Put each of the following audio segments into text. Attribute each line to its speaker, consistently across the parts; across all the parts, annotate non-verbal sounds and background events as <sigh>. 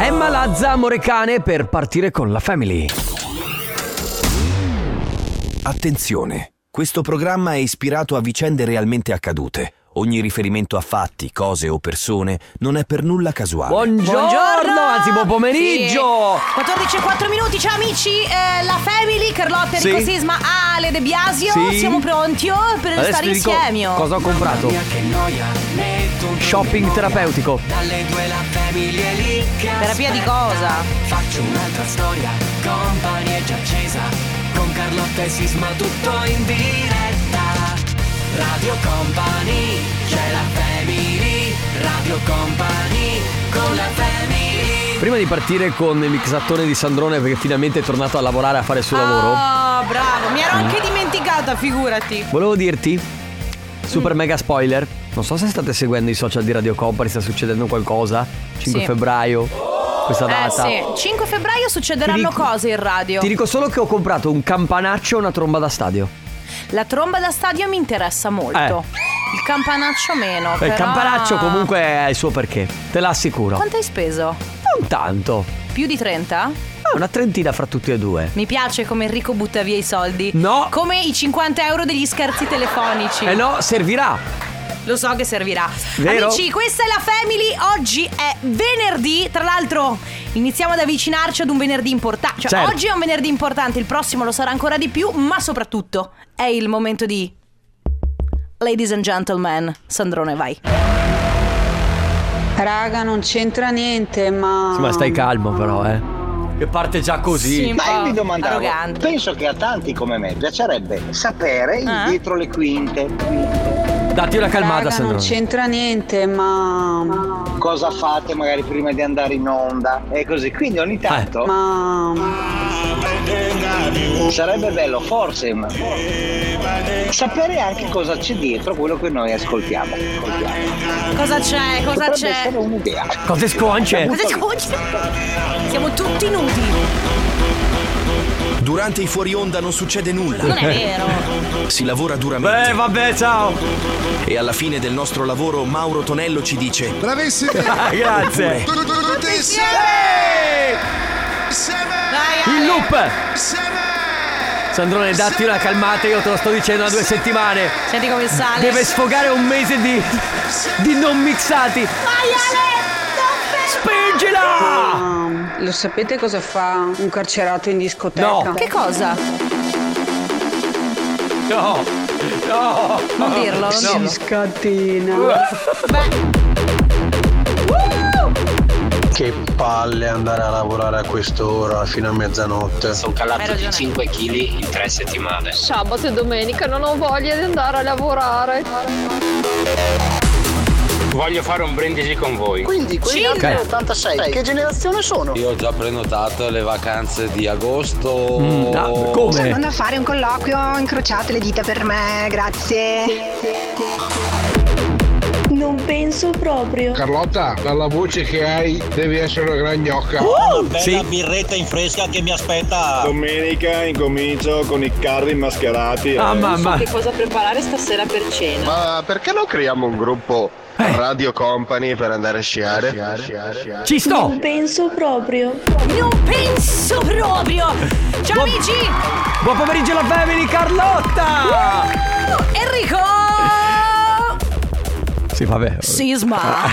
Speaker 1: Eh?
Speaker 2: Mazza Morecane per partire con la family.
Speaker 3: Attenzione, questo programma è ispirato a vicende realmente accadute. Ogni riferimento a fatti, cose o persone non è per nulla casuale.
Speaker 2: Buongiorno,
Speaker 1: Buongiorno!
Speaker 2: anzi buon pomeriggio.
Speaker 1: Sì. 14 e 4 minuti, ciao amici, eh, la Family, Carlotta, Enrico
Speaker 2: Sì.
Speaker 1: Sisma, Ale De Biasio,
Speaker 2: Sì.
Speaker 1: siamo pronti oh, per
Speaker 2: Adesso
Speaker 1: stare
Speaker 2: ti dico
Speaker 1: insieme. oh.
Speaker 2: Cosa ho comprato? Shopping terapeutico.
Speaker 1: Terapia di cosa?
Speaker 4: Faccio un'altra storia, compagnia è già accesa, con Carlotta e Sisma tutto in diretta. Radio Company, c'è la family, Radio Company, con la family.
Speaker 2: Prima di partire con il mixattone di Sandrone perché finalmente è tornato a lavorare a fare il suo lavoro, Mm.
Speaker 1: Oh, bravo, mi ero anche dimenticata, figurati.
Speaker 2: volevo dirti
Speaker 1: Mm.
Speaker 2: super mega spoiler. Non so se state seguendo i social di Radio Company, sta succedendo qualcosa. 5
Speaker 1: Sì.
Speaker 2: febbraio. Questa
Speaker 1: Eh
Speaker 2: data.
Speaker 1: sì, 5 febbraio succederanno
Speaker 2: dico-
Speaker 1: cose in radio.
Speaker 2: Ti dico solo che ho comprato un campanaccio e una tromba da stadio.
Speaker 1: La tromba da stadio mi interessa molto. Il campanaccio meno.
Speaker 2: Eh. Il
Speaker 1: però-
Speaker 2: campanaccio comunque ha il suo perché, te l'assicuro.
Speaker 1: Quanto hai speso?
Speaker 2: Non tanto.
Speaker 1: Più di 30?
Speaker 2: Ah, una trentina fra tutti e due.
Speaker 1: Mi piace come Enrico butta via i soldi.
Speaker 2: No.
Speaker 1: Come i 50 euro degli scherzi telefonici.
Speaker 2: Eh no, servirà.
Speaker 1: Lo so che servirà.
Speaker 2: Vero?
Speaker 1: Amici, questa è la Family. Oggi è venerdì. Tra l'altro, iniziamo ad avvicinarci ad un venerdì importante. Cioè,
Speaker 2: Certo.
Speaker 1: oggi è un venerdì importante, il prossimo lo sarà ancora di più, ma soprattutto è il momento di. Ladies and gentlemen, Sandrone, vai.
Speaker 5: Raga, non c'entra niente, ma.
Speaker 2: Sì, ma stai calmo però, eh. Che parte già così.
Speaker 1: Sì, un
Speaker 6: Ma io
Speaker 1: po'
Speaker 6: mi domandavo,
Speaker 1: arrogante.
Speaker 6: penso che a tanti come me piacerebbe sapere il
Speaker 1: Eh?
Speaker 6: dietro le quinte,
Speaker 2: Datti una calmata,
Speaker 5: Raga, non
Speaker 2: Sandrone.
Speaker 5: c'entra niente, ma.
Speaker 6: cosa fate magari prima di andare in onda e così. Quindi ogni tanto
Speaker 5: Ma.
Speaker 6: sarebbe bello forse ma- sapere anche cosa c'è dietro quello che noi ascoltiamo. ascoltiamo.
Speaker 1: Cosa c'è? Cosa
Speaker 6: Potrebbe
Speaker 1: c'è?
Speaker 6: essere un'idea.
Speaker 2: Cose sconce.
Speaker 1: Cosa c'è? Siamo tutti nudi.
Speaker 3: Durante i fuori onda non succede nulla.
Speaker 1: Non
Speaker 2: <laughs>
Speaker 1: è vero.
Speaker 3: Si lavora duramente.
Speaker 2: vabbè, ciao.
Speaker 3: E alla fine del nostro lavoro Mauro Tonello ci dice:
Speaker 7: Bravissimi!
Speaker 2: <laughs> Grazie.
Speaker 7: Tutti tutti insieme!
Speaker 1: Dai, Ale.
Speaker 2: Il loop.
Speaker 7: Insieme!
Speaker 2: Sandrone, datti una calmata, io te lo sto dicendo da due settimane.
Speaker 1: Senti come sale.
Speaker 2: Deve sfogare un mese di. di non mixati.
Speaker 1: Vai, Ale!
Speaker 2: Spingila!
Speaker 5: ma- Lo sapete cosa fa un carcerato in discoteca?
Speaker 2: Ah! No.
Speaker 1: Che cosa?
Speaker 2: No. No.
Speaker 1: Non dirlo, non dirlo.
Speaker 5: Si scatina.
Speaker 8: Che palle andare a lavorare a quest'ora fino a mezzanotte.
Speaker 1: Hai ragione.
Speaker 9: sabato e domenica non ho voglia di andare a lavorare.
Speaker 10: Voglio fare un brindisi con voi.
Speaker 6: Quindi quelli
Speaker 1: Cinque.
Speaker 6: anni 86, che generazione sono?
Speaker 8: Io ho già prenotato le vacanze di agosto.
Speaker 2: Mm, no, come?
Speaker 5: a fare un colloquio, incrociate le dita per me, grazie.
Speaker 11: Non penso proprio.
Speaker 7: Carlotta, dalla voce che hai devi essere una gran gnocca.
Speaker 2: Sì.
Speaker 8: birretta in fresca che mi aspetta.
Speaker 7: Domenica incomincio con i carri mascherati.
Speaker 2: Ah, mamma.
Speaker 9: cosa preparare stasera per cena?
Speaker 7: Ma perché non creiamo un gruppo
Speaker 12: Eh.
Speaker 7: Radio Company per andare a sciare?
Speaker 2: Ci sto.
Speaker 11: Non penso proprio.
Speaker 1: Non penso proprio. Ciao
Speaker 2: Buon-
Speaker 1: amici.
Speaker 2: Buon pomeriggio la family, Carlotta!
Speaker 1: Oh, Enrico.
Speaker 2: Sì, vabbè.
Speaker 1: Sisma.
Speaker 2: Ah.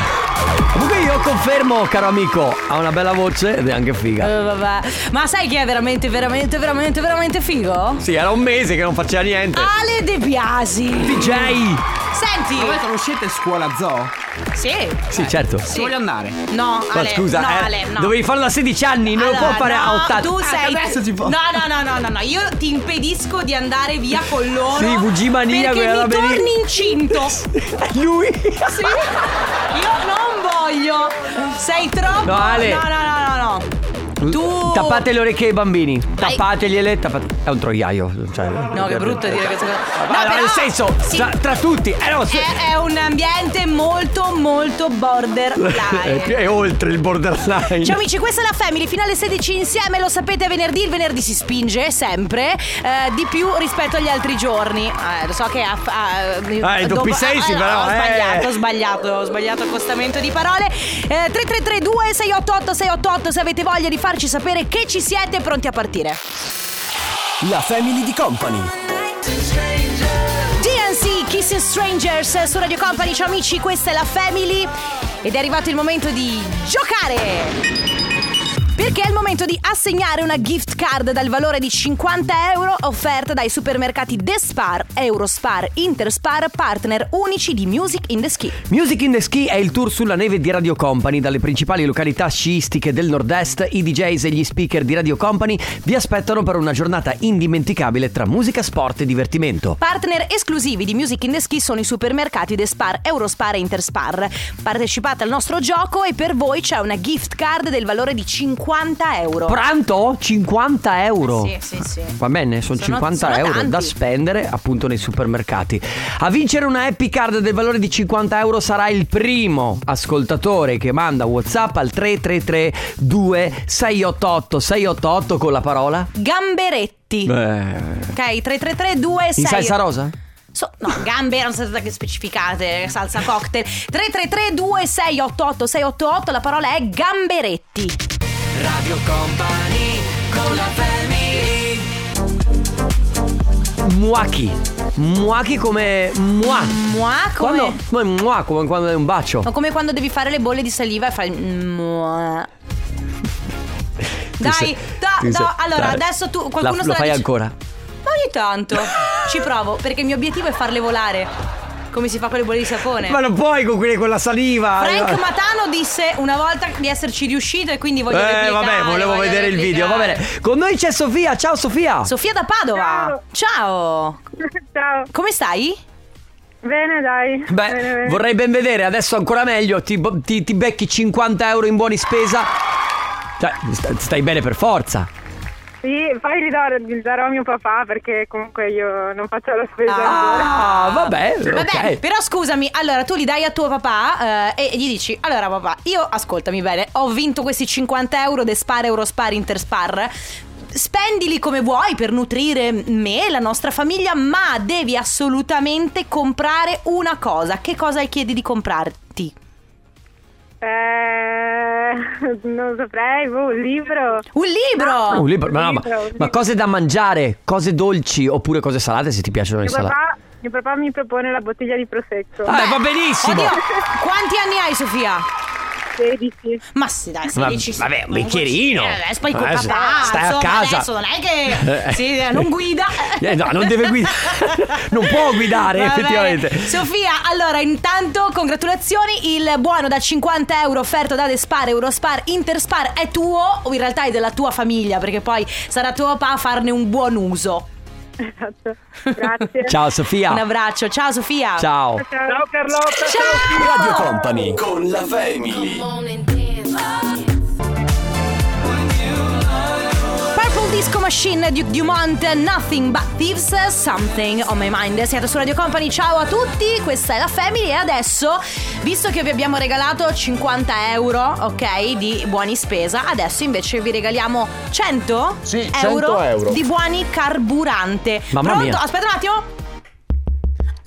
Speaker 2: Comunque io confermo, caro amico, ha una bella voce ed è anche figa.
Speaker 1: Eh, vabbè. Ma sai chi è veramente, veramente, veramente, veramente figo?
Speaker 2: Sì, era un mese che non faceva niente.
Speaker 1: Ale De Biasi.
Speaker 2: DJ!
Speaker 1: Senti.
Speaker 10: conoscete scuola zoo?
Speaker 1: Sì.
Speaker 2: Sì, certo.
Speaker 1: Sì.
Speaker 10: Voglio andare.
Speaker 1: No,
Speaker 2: Ma
Speaker 1: Ale.
Speaker 2: scusa,
Speaker 1: no,
Speaker 2: eh,
Speaker 1: Ale, no.
Speaker 2: dovevi farlo a 16 anni, non lo
Speaker 1: Allora,
Speaker 2: può fare a Ah,
Speaker 1: no,
Speaker 2: 80.
Speaker 1: Tu sei.
Speaker 10: adesso Ah, si può.
Speaker 1: No, no, no, no, no, no, Io ti impedisco di andare via con loro.
Speaker 2: Sì, Gugi Mania,
Speaker 1: Perché
Speaker 2: quella
Speaker 1: mi
Speaker 2: roba lì. <laughs>
Speaker 1: torni incinto. Sì.
Speaker 2: Lui.
Speaker 1: Io non voglio. Sei troppo.
Speaker 2: No, Ale.
Speaker 1: No, no, no, no, no. Tu
Speaker 2: Tappate le orecchie ai bambini. Tappategliele. Tappate... È un troiaio. Cioè,
Speaker 1: No, che brutto dire questa cosa. No,
Speaker 2: Ma Ah, no,
Speaker 1: però-
Speaker 2: nel senso,
Speaker 1: sì.
Speaker 2: tra, tra tutti. Eh, no, se-
Speaker 1: È, è un ambiente molto,
Speaker 2: <laughs>
Speaker 1: molto
Speaker 2: è,
Speaker 1: borderline.
Speaker 2: più- è oltre il borderline.
Speaker 1: eh, Ciao amici, questa è la Family, finale 16 insieme, lo sapete, è venerdì, il venerdì si spinge sempre eh, di più rispetto agli altri giorni. Eh, lo so che a,
Speaker 2: Ah, i doppi sensi, però,
Speaker 1: Ho
Speaker 2: eh.
Speaker 1: sbagliato, ho sbagliato, ho sbagliato accostamento di parole. Eh, 3332 688 688 se avete voglia di farci sapere che ci siete pronti a partire.
Speaker 13: La Family di Company.
Speaker 1: DNC Kissing Strangers su Radio Company, ciao amici, questa è la Family ed è arrivato il momento di giocare! Perché è il momento di assegnare una gift card dal valore di 50 euro offerta dai supermercati The Spar, Eurospar, Interspar, partner unici di Music in the Ski.
Speaker 2: Music in the Ski è il tour sulla neve di Radio Company. Dalle principali località sciistiche del nord-est, i DJs e gli speaker di Radio Company vi aspettano per una giornata indimenticabile tra musica, sport e divertimento.
Speaker 1: Partner esclusivi di Music in the Ski sono i supermercati The Spar, Eurospar e Interspar. Partecipate al nostro gioco e per voi c'è una gift card del valore di 50 euro.
Speaker 2: Pronto? 50 euro.
Speaker 1: Eh Sì, sì, sì.
Speaker 2: Va bene, sono,
Speaker 1: Sono-
Speaker 2: 50
Speaker 1: sono
Speaker 2: euro
Speaker 1: tanti.
Speaker 2: da spendere appunto nei supermercati. A vincere una happy card del valore di 50 euro sarà il primo ascoltatore che manda WhatsApp al 333 2688 688 con la parola.
Speaker 1: Gamberetti.
Speaker 2: Beh.
Speaker 1: Ok, 33326.
Speaker 2: In salsa rosa?
Speaker 1: So- no, gambe erano state che specificate, salsa cocktail. 33326888688, la parola è gamberetti.
Speaker 4: Radio Company con la family
Speaker 2: Muaki. Muaki come mua.
Speaker 1: Mua come-
Speaker 2: Quando, come mua, come quando è un bacio.
Speaker 1: O come quando devi fare le bolle di saliva e fai il mua. Dai,
Speaker 2: sei-
Speaker 1: da-
Speaker 2: ti
Speaker 1: da-
Speaker 2: sei-
Speaker 1: allora
Speaker 2: dai.
Speaker 1: adesso tu
Speaker 2: La-
Speaker 1: qualcuno
Speaker 2: lo
Speaker 1: starà
Speaker 2: fai
Speaker 1: dic-
Speaker 2: ancora.
Speaker 1: Ma ogni tanto ci provo perché il mio obiettivo è farle volare. Come si fa con le bolle di sapone?
Speaker 2: Ma non puoi con quelle con la saliva.
Speaker 1: Eh. Frank Matano disse una volta di esserci riuscito e quindi voglio
Speaker 2: eh,
Speaker 1: replicare,
Speaker 2: vabbè, volevo
Speaker 1: voglio
Speaker 2: vedere il video. Va
Speaker 1: replicare.
Speaker 2: bene. Con noi c'è Sofia. Ciao Sofia.
Speaker 1: Sofia da Padova. Ciao. Ciao. Come stai? Bene, dai.
Speaker 2: Beh, vorrei ben vedere, adesso ancora meglio, ti, bo- ti- ti becchi 50 euro in buoni spesa. Cioè, sta- stai bene per forza.
Speaker 14: Sì, poi li darò, li darò a mio papà perché comunque io non faccio la spesa.
Speaker 2: Ah, vabbè,
Speaker 1: Vabbè,
Speaker 2: ok.
Speaker 1: però scusami, allora tu li dai a tuo papà eh, e gli dici: Allora, papà, io ascoltami bene, ho vinto questi 50 euro de spar, eurospar, interspar. Spendili come vuoi per nutrire me e la nostra famiglia, ma devi assolutamente comprare una cosa. Che cosa chiedi di comprarti?
Speaker 14: Eh, non saprei, boh, un libro.
Speaker 1: Un libro!
Speaker 2: Oh, lì- ma, no, ma-
Speaker 14: libro, un
Speaker 2: ma cose da mangiare, cose dolci oppure cose salate se ti piacciono le
Speaker 14: Mio
Speaker 2: salate.
Speaker 14: papà, mio papà mi propone la bottiglia di prosecco.
Speaker 2: Ah, va benissimo.
Speaker 1: Oddio, quanti anni hai, Sofia?
Speaker 14: 16.
Speaker 1: Ma sì, dai,
Speaker 2: Ma-
Speaker 1: 16. sì.
Speaker 2: vabbè, un bicchierino.
Speaker 1: Eh, adesso poi con
Speaker 2: Adesso
Speaker 1: papà,
Speaker 2: stai a
Speaker 1: insomma,
Speaker 2: casa.
Speaker 1: Adesso non è che
Speaker 2: Eh.
Speaker 1: sì, eh, non guida.
Speaker 2: <laughs> Eh, no, non deve guidare. <laughs> non può
Speaker 1: <laughs>
Speaker 2: guidare,
Speaker 1: Va bene.
Speaker 2: effettivamente.
Speaker 1: Sofia, allora intanto congratulazioni, il buono da 50 euro offerto da Despar, Eurospar, Interspar è tuo o in realtà è della tua famiglia perché poi sarà tuo papà a farne un buon uso.
Speaker 14: esatto. Grazie.
Speaker 2: Ciao Sofia.
Speaker 1: Un abbraccio, ciao Sofia.
Speaker 2: Ciao.
Speaker 14: Ciao Carlotta.
Speaker 13: Radio Company con la Family.
Speaker 1: Purple Disco Machine, Duke Dumont, Nothing But Thieves, Something on My Mind. Siete su Radio Company, ciao a tutti, questa è la Family e adesso, visto che vi abbiamo regalato 50 euro, ok, di buoni spesa, adesso invece vi regaliamo 100, euro,
Speaker 12: 100 euro.
Speaker 1: di buoni carburante.
Speaker 12: Mamma
Speaker 1: Pronto?
Speaker 12: mia.
Speaker 1: Aspetta un attimo.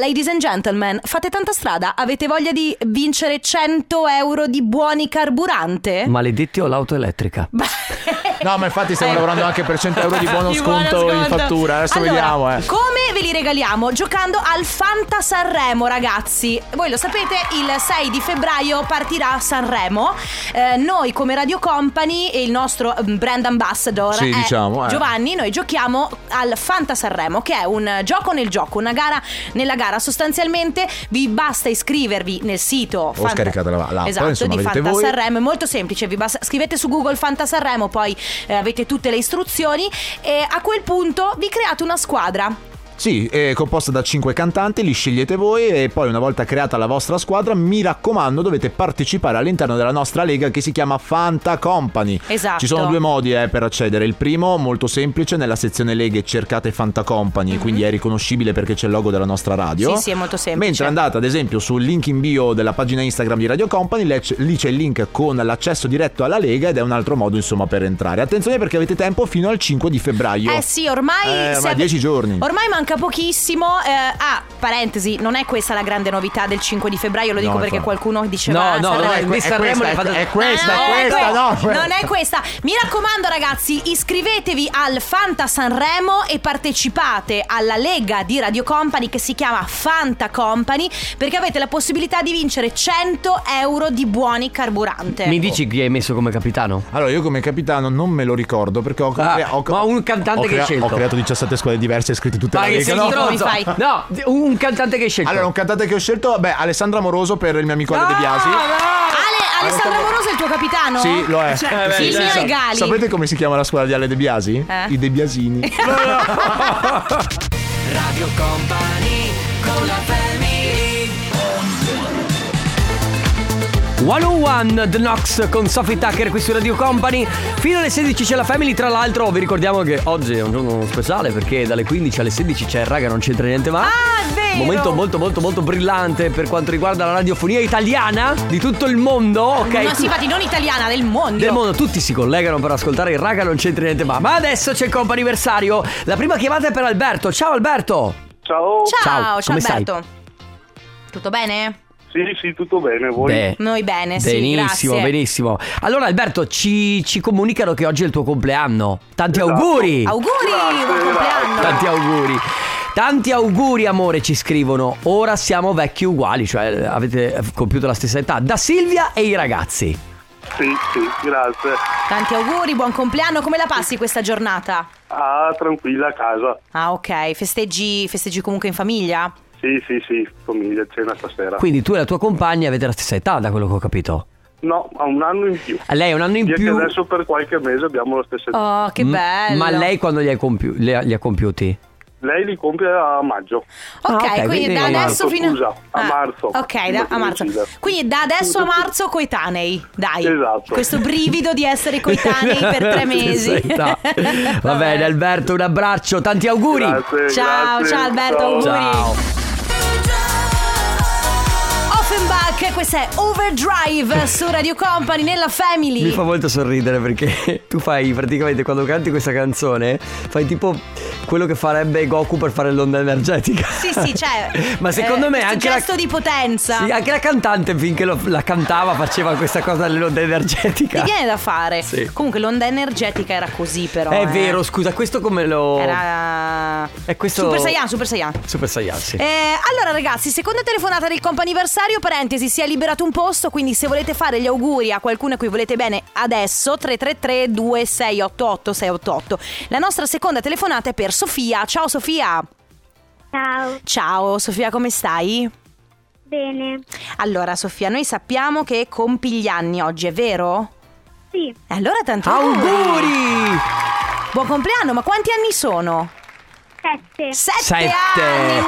Speaker 1: Ladies and gentlemen, fate tanta strada, avete voglia di vincere 100 euro di buoni carburante?
Speaker 2: Maledetti o l'auto elettrica.
Speaker 12: No, ma infatti stiamo lavorando anche per 100 euro di buono
Speaker 1: Eh. Di buono
Speaker 12: sconto in fattura. Adesso
Speaker 1: Allora,
Speaker 12: vediamo, eh.
Speaker 1: Come ve li regaliamo? Giocando al Fanta Sanremo, ragazzi. Voi lo sapete, il 6 di febbraio partirà Sanremo. Eh, noi, come Radio Company, e il nostro mm, brand ambassador
Speaker 12: Sì,
Speaker 1: è
Speaker 12: diciamo, eh.
Speaker 1: Giovanni, noi giochiamo al Fanta Sanremo, che è un gioco nel gioco, una gara nella gara. Sostanzialmente vi basta iscrivervi nel sito
Speaker 12: O scaricate la- l'app,
Speaker 1: esatto,
Speaker 12: insomma,
Speaker 1: di
Speaker 12: vedete
Speaker 1: Fanta
Speaker 12: voi.
Speaker 1: Sanremo. È molto semplice. Vi basta- scrivete su Google Fanta Sanremo, poi eh, avete tutte le istruzioni. E a quel punto vi create una squadra.
Speaker 12: Sì, è composta da 5 cantanti, li scegliete voi e poi una volta creata la vostra squadra, mi raccomando, dovete partecipare all'interno della nostra lega che si chiama Fanta Company.
Speaker 1: Esatto.
Speaker 12: Ci sono due modi eh, per accedere. Il primo, molto semplice, nella sezione leghe cercate Fanta Company,
Speaker 7: Mhm.
Speaker 12: quindi è riconoscibile perché c'è il logo della nostra radio.
Speaker 1: Sì, sì, è molto semplice.
Speaker 12: oh? Mentre andate ad esempio sul link in bio della pagina Instagram di Radio Company, le- lì c'è il link con l'accesso diretto alla Lega ed è un altro modo insomma per entrare. Attenzione perché avete tempo fino al 5 di febbraio.
Speaker 1: Eh sì, ormai.
Speaker 12: Eh, ormai
Speaker 1: se-
Speaker 12: 10 giorni.
Speaker 1: Ormai manca pochissimo. eh, ah, parentesi, non è questa la grande novità del 5 di febbraio, lo dico
Speaker 12: No,
Speaker 1: perché
Speaker 12: infatti.
Speaker 1: qualcuno diceva.
Speaker 2: No,
Speaker 1: "Ah,
Speaker 2: no,
Speaker 1: sarà-
Speaker 2: no, è que- è questa, è que- è questa, è
Speaker 1: No, non
Speaker 2: questa,
Speaker 1: que-
Speaker 2: no.
Speaker 1: Ah, ecco. Non è questa. Mi raccomando, ragazzi, iscrivetevi al Fanta Sanremo e partecipate alla Lega di Radio Company che si chiama Fanta Company perché avete la possibilità di vincere 100 euro di buoni carburante.
Speaker 2: Mi dici chi hai messo come capitano?
Speaker 12: Allora, io come capitano non me lo ricordo perché ho,
Speaker 2: Ah,
Speaker 12: crea- ho-
Speaker 2: ma un cantante
Speaker 12: ho
Speaker 2: che hai
Speaker 12: crea-
Speaker 2: scelto.
Speaker 12: Ho creato 17 squadre diverse e scritte tutte
Speaker 2: Ma
Speaker 12: la
Speaker 2: che
Speaker 12: lega.
Speaker 2: sei
Speaker 12: no?
Speaker 2: stronzo.
Speaker 1: Mi fai?
Speaker 2: No, un cantante che hai scelto.
Speaker 12: Allora, un cantante che ho scelto, beh, Alessandra Moroso per il mio amico Ale De Biasi.
Speaker 1: Ale- Alessandro Amoroso è il tuo capitano?
Speaker 12: Sì, lo è.
Speaker 1: Cioè, il mio è Gali.
Speaker 12: Sapete come si chiama la squadra di Ale De Biasi?
Speaker 1: Eh?
Speaker 12: I De Biasini.
Speaker 4: Radio Company con la family.
Speaker 2: 101 The Knox con Sophie Tucker qui su Radio Company. Fino alle 16 c'è la Family. Tra l'altro, vi ricordiamo che oggi è un giorno speciale perché dalle 15 alle 16 c'è Raga, non c'entra niente ma.
Speaker 1: Ah, è vero!
Speaker 2: Momento molto, molto, molto brillante per quanto riguarda la radiofonia italiana di tutto il mondo. Ok.
Speaker 1: No, sì, infatti, non italiana, del mondo.
Speaker 2: Del mondo tutti si collegano per ascoltare il raga non c'entra niente ma. Ma adesso c'è il comp anniversario. La prima chiamata è per Alberto. Ciao Alberto!
Speaker 15: Ciao.
Speaker 1: Ciao, ciao,
Speaker 2: come stai?
Speaker 1: Alberto. Tutto bene?
Speaker 15: Sì, sì, tutto bene. Voi?
Speaker 2: Beh,
Speaker 1: Noi bene, Eh sì,
Speaker 2: benissimo,
Speaker 1: grazie.
Speaker 2: benissimo. Allora Alberto, ci, ci comunicano che oggi è il tuo compleanno. Tanti auguri!
Speaker 1: Auguri, buon compleanno.
Speaker 2: Tanti auguri. Tanti auguri amore ci scrivono. Ora siamo vecchi uguali, cioè avete compiuto la stessa età. Da Silvia e i ragazzi.
Speaker 15: <laughs> Sì, sì, grazie.
Speaker 1: Tanti auguri, buon compleanno. Come la passi questa giornata?
Speaker 15: Ah, tranquilla a casa.
Speaker 1: Ah, ok. Festeggi, festeggi comunque in famiglia?
Speaker 15: Sì, sì, sì, famiglia, cena stasera.
Speaker 2: Quindi tu e la tua compagna avete la stessa età, da quello che ho capito.
Speaker 15: No, ha un anno in più.
Speaker 2: A lei un anno in
Speaker 15: Via che
Speaker 2: più. Ah,
Speaker 15: adesso per qualche mese abbiamo la stessa età.
Speaker 1: Oh, che
Speaker 2: M-
Speaker 1: bello.
Speaker 2: Mm, Ma lei quando li, hai compiu- li ha- li ha compiuti?
Speaker 15: Lei li compie a maggio.
Speaker 1: Ok,
Speaker 2: Ah, ok,
Speaker 1: quindi,
Speaker 2: quindi
Speaker 1: da
Speaker 2: a
Speaker 1: adesso
Speaker 15: marzo,
Speaker 1: fino
Speaker 15: scusa, a
Speaker 1: Ah,
Speaker 15: marzo.
Speaker 1: Ok, da-
Speaker 15: Prima
Speaker 1: a
Speaker 15: di
Speaker 1: marzo.
Speaker 15: decidere.
Speaker 1: Quindi da adesso a marzo coetanei, dai.
Speaker 15: Esatto.
Speaker 1: Questo brivido di essere coetanei per tre mesi. <laughs>
Speaker 2: Stessa età. Va bene Alberto, un abbraccio, tanti auguri.
Speaker 15: Grazie,
Speaker 1: Ciao,
Speaker 15: grazie,
Speaker 1: ciao Alberto, auguri.
Speaker 2: Ciao.
Speaker 1: Offenbach, questa è
Speaker 2: <laughs>
Speaker 1: Overdrive su Radio Company nella Family.
Speaker 2: Mi fa molto sorridere perché <laughs> tu fai praticamente quando canti questa canzone fai tipo quello che farebbe Goku per fare l'onda energetica.
Speaker 1: Sì, sì, cioè.
Speaker 2: <laughs> Ma secondo me
Speaker 1: questo
Speaker 2: anche la-
Speaker 1: gesto di potenza.
Speaker 2: Sì, anche la cantante finché lo- la cantava faceva questa cosa dell'onda energetica.
Speaker 1: Ti viene da fare.
Speaker 2: ah. Sì.
Speaker 1: Comunque l'onda energetica era così, però.
Speaker 2: È
Speaker 1: eh.
Speaker 2: vero, scusa, questo come lo...
Speaker 1: Era.
Speaker 2: È questo...
Speaker 1: Super Saiyan, Super Saiyan.
Speaker 2: Super Saiyan, sì.
Speaker 1: Eh, allora ragazzi, seconda telefonata del comp'anniversario, parentesi, si è liberato un posto, quindi se volete fare gli auguri a qualcuno a cui volete bene adesso, 333 2688 688. La nostra seconda telefonata è per Sofia. Ciao Sofia.
Speaker 16: Ciao,
Speaker 1: Ciao Sofia, come stai?
Speaker 16: bene.
Speaker 1: Allora Sofia, noi sappiamo che compi gli anni oggi, è vero?
Speaker 16: Sì,
Speaker 1: Allora tanti eh.
Speaker 2: Auguri!
Speaker 1: Buon compleanno, ma quanti anni sono?
Speaker 16: sette.
Speaker 1: Sette,
Speaker 2: Sette.
Speaker 1: anni, wow!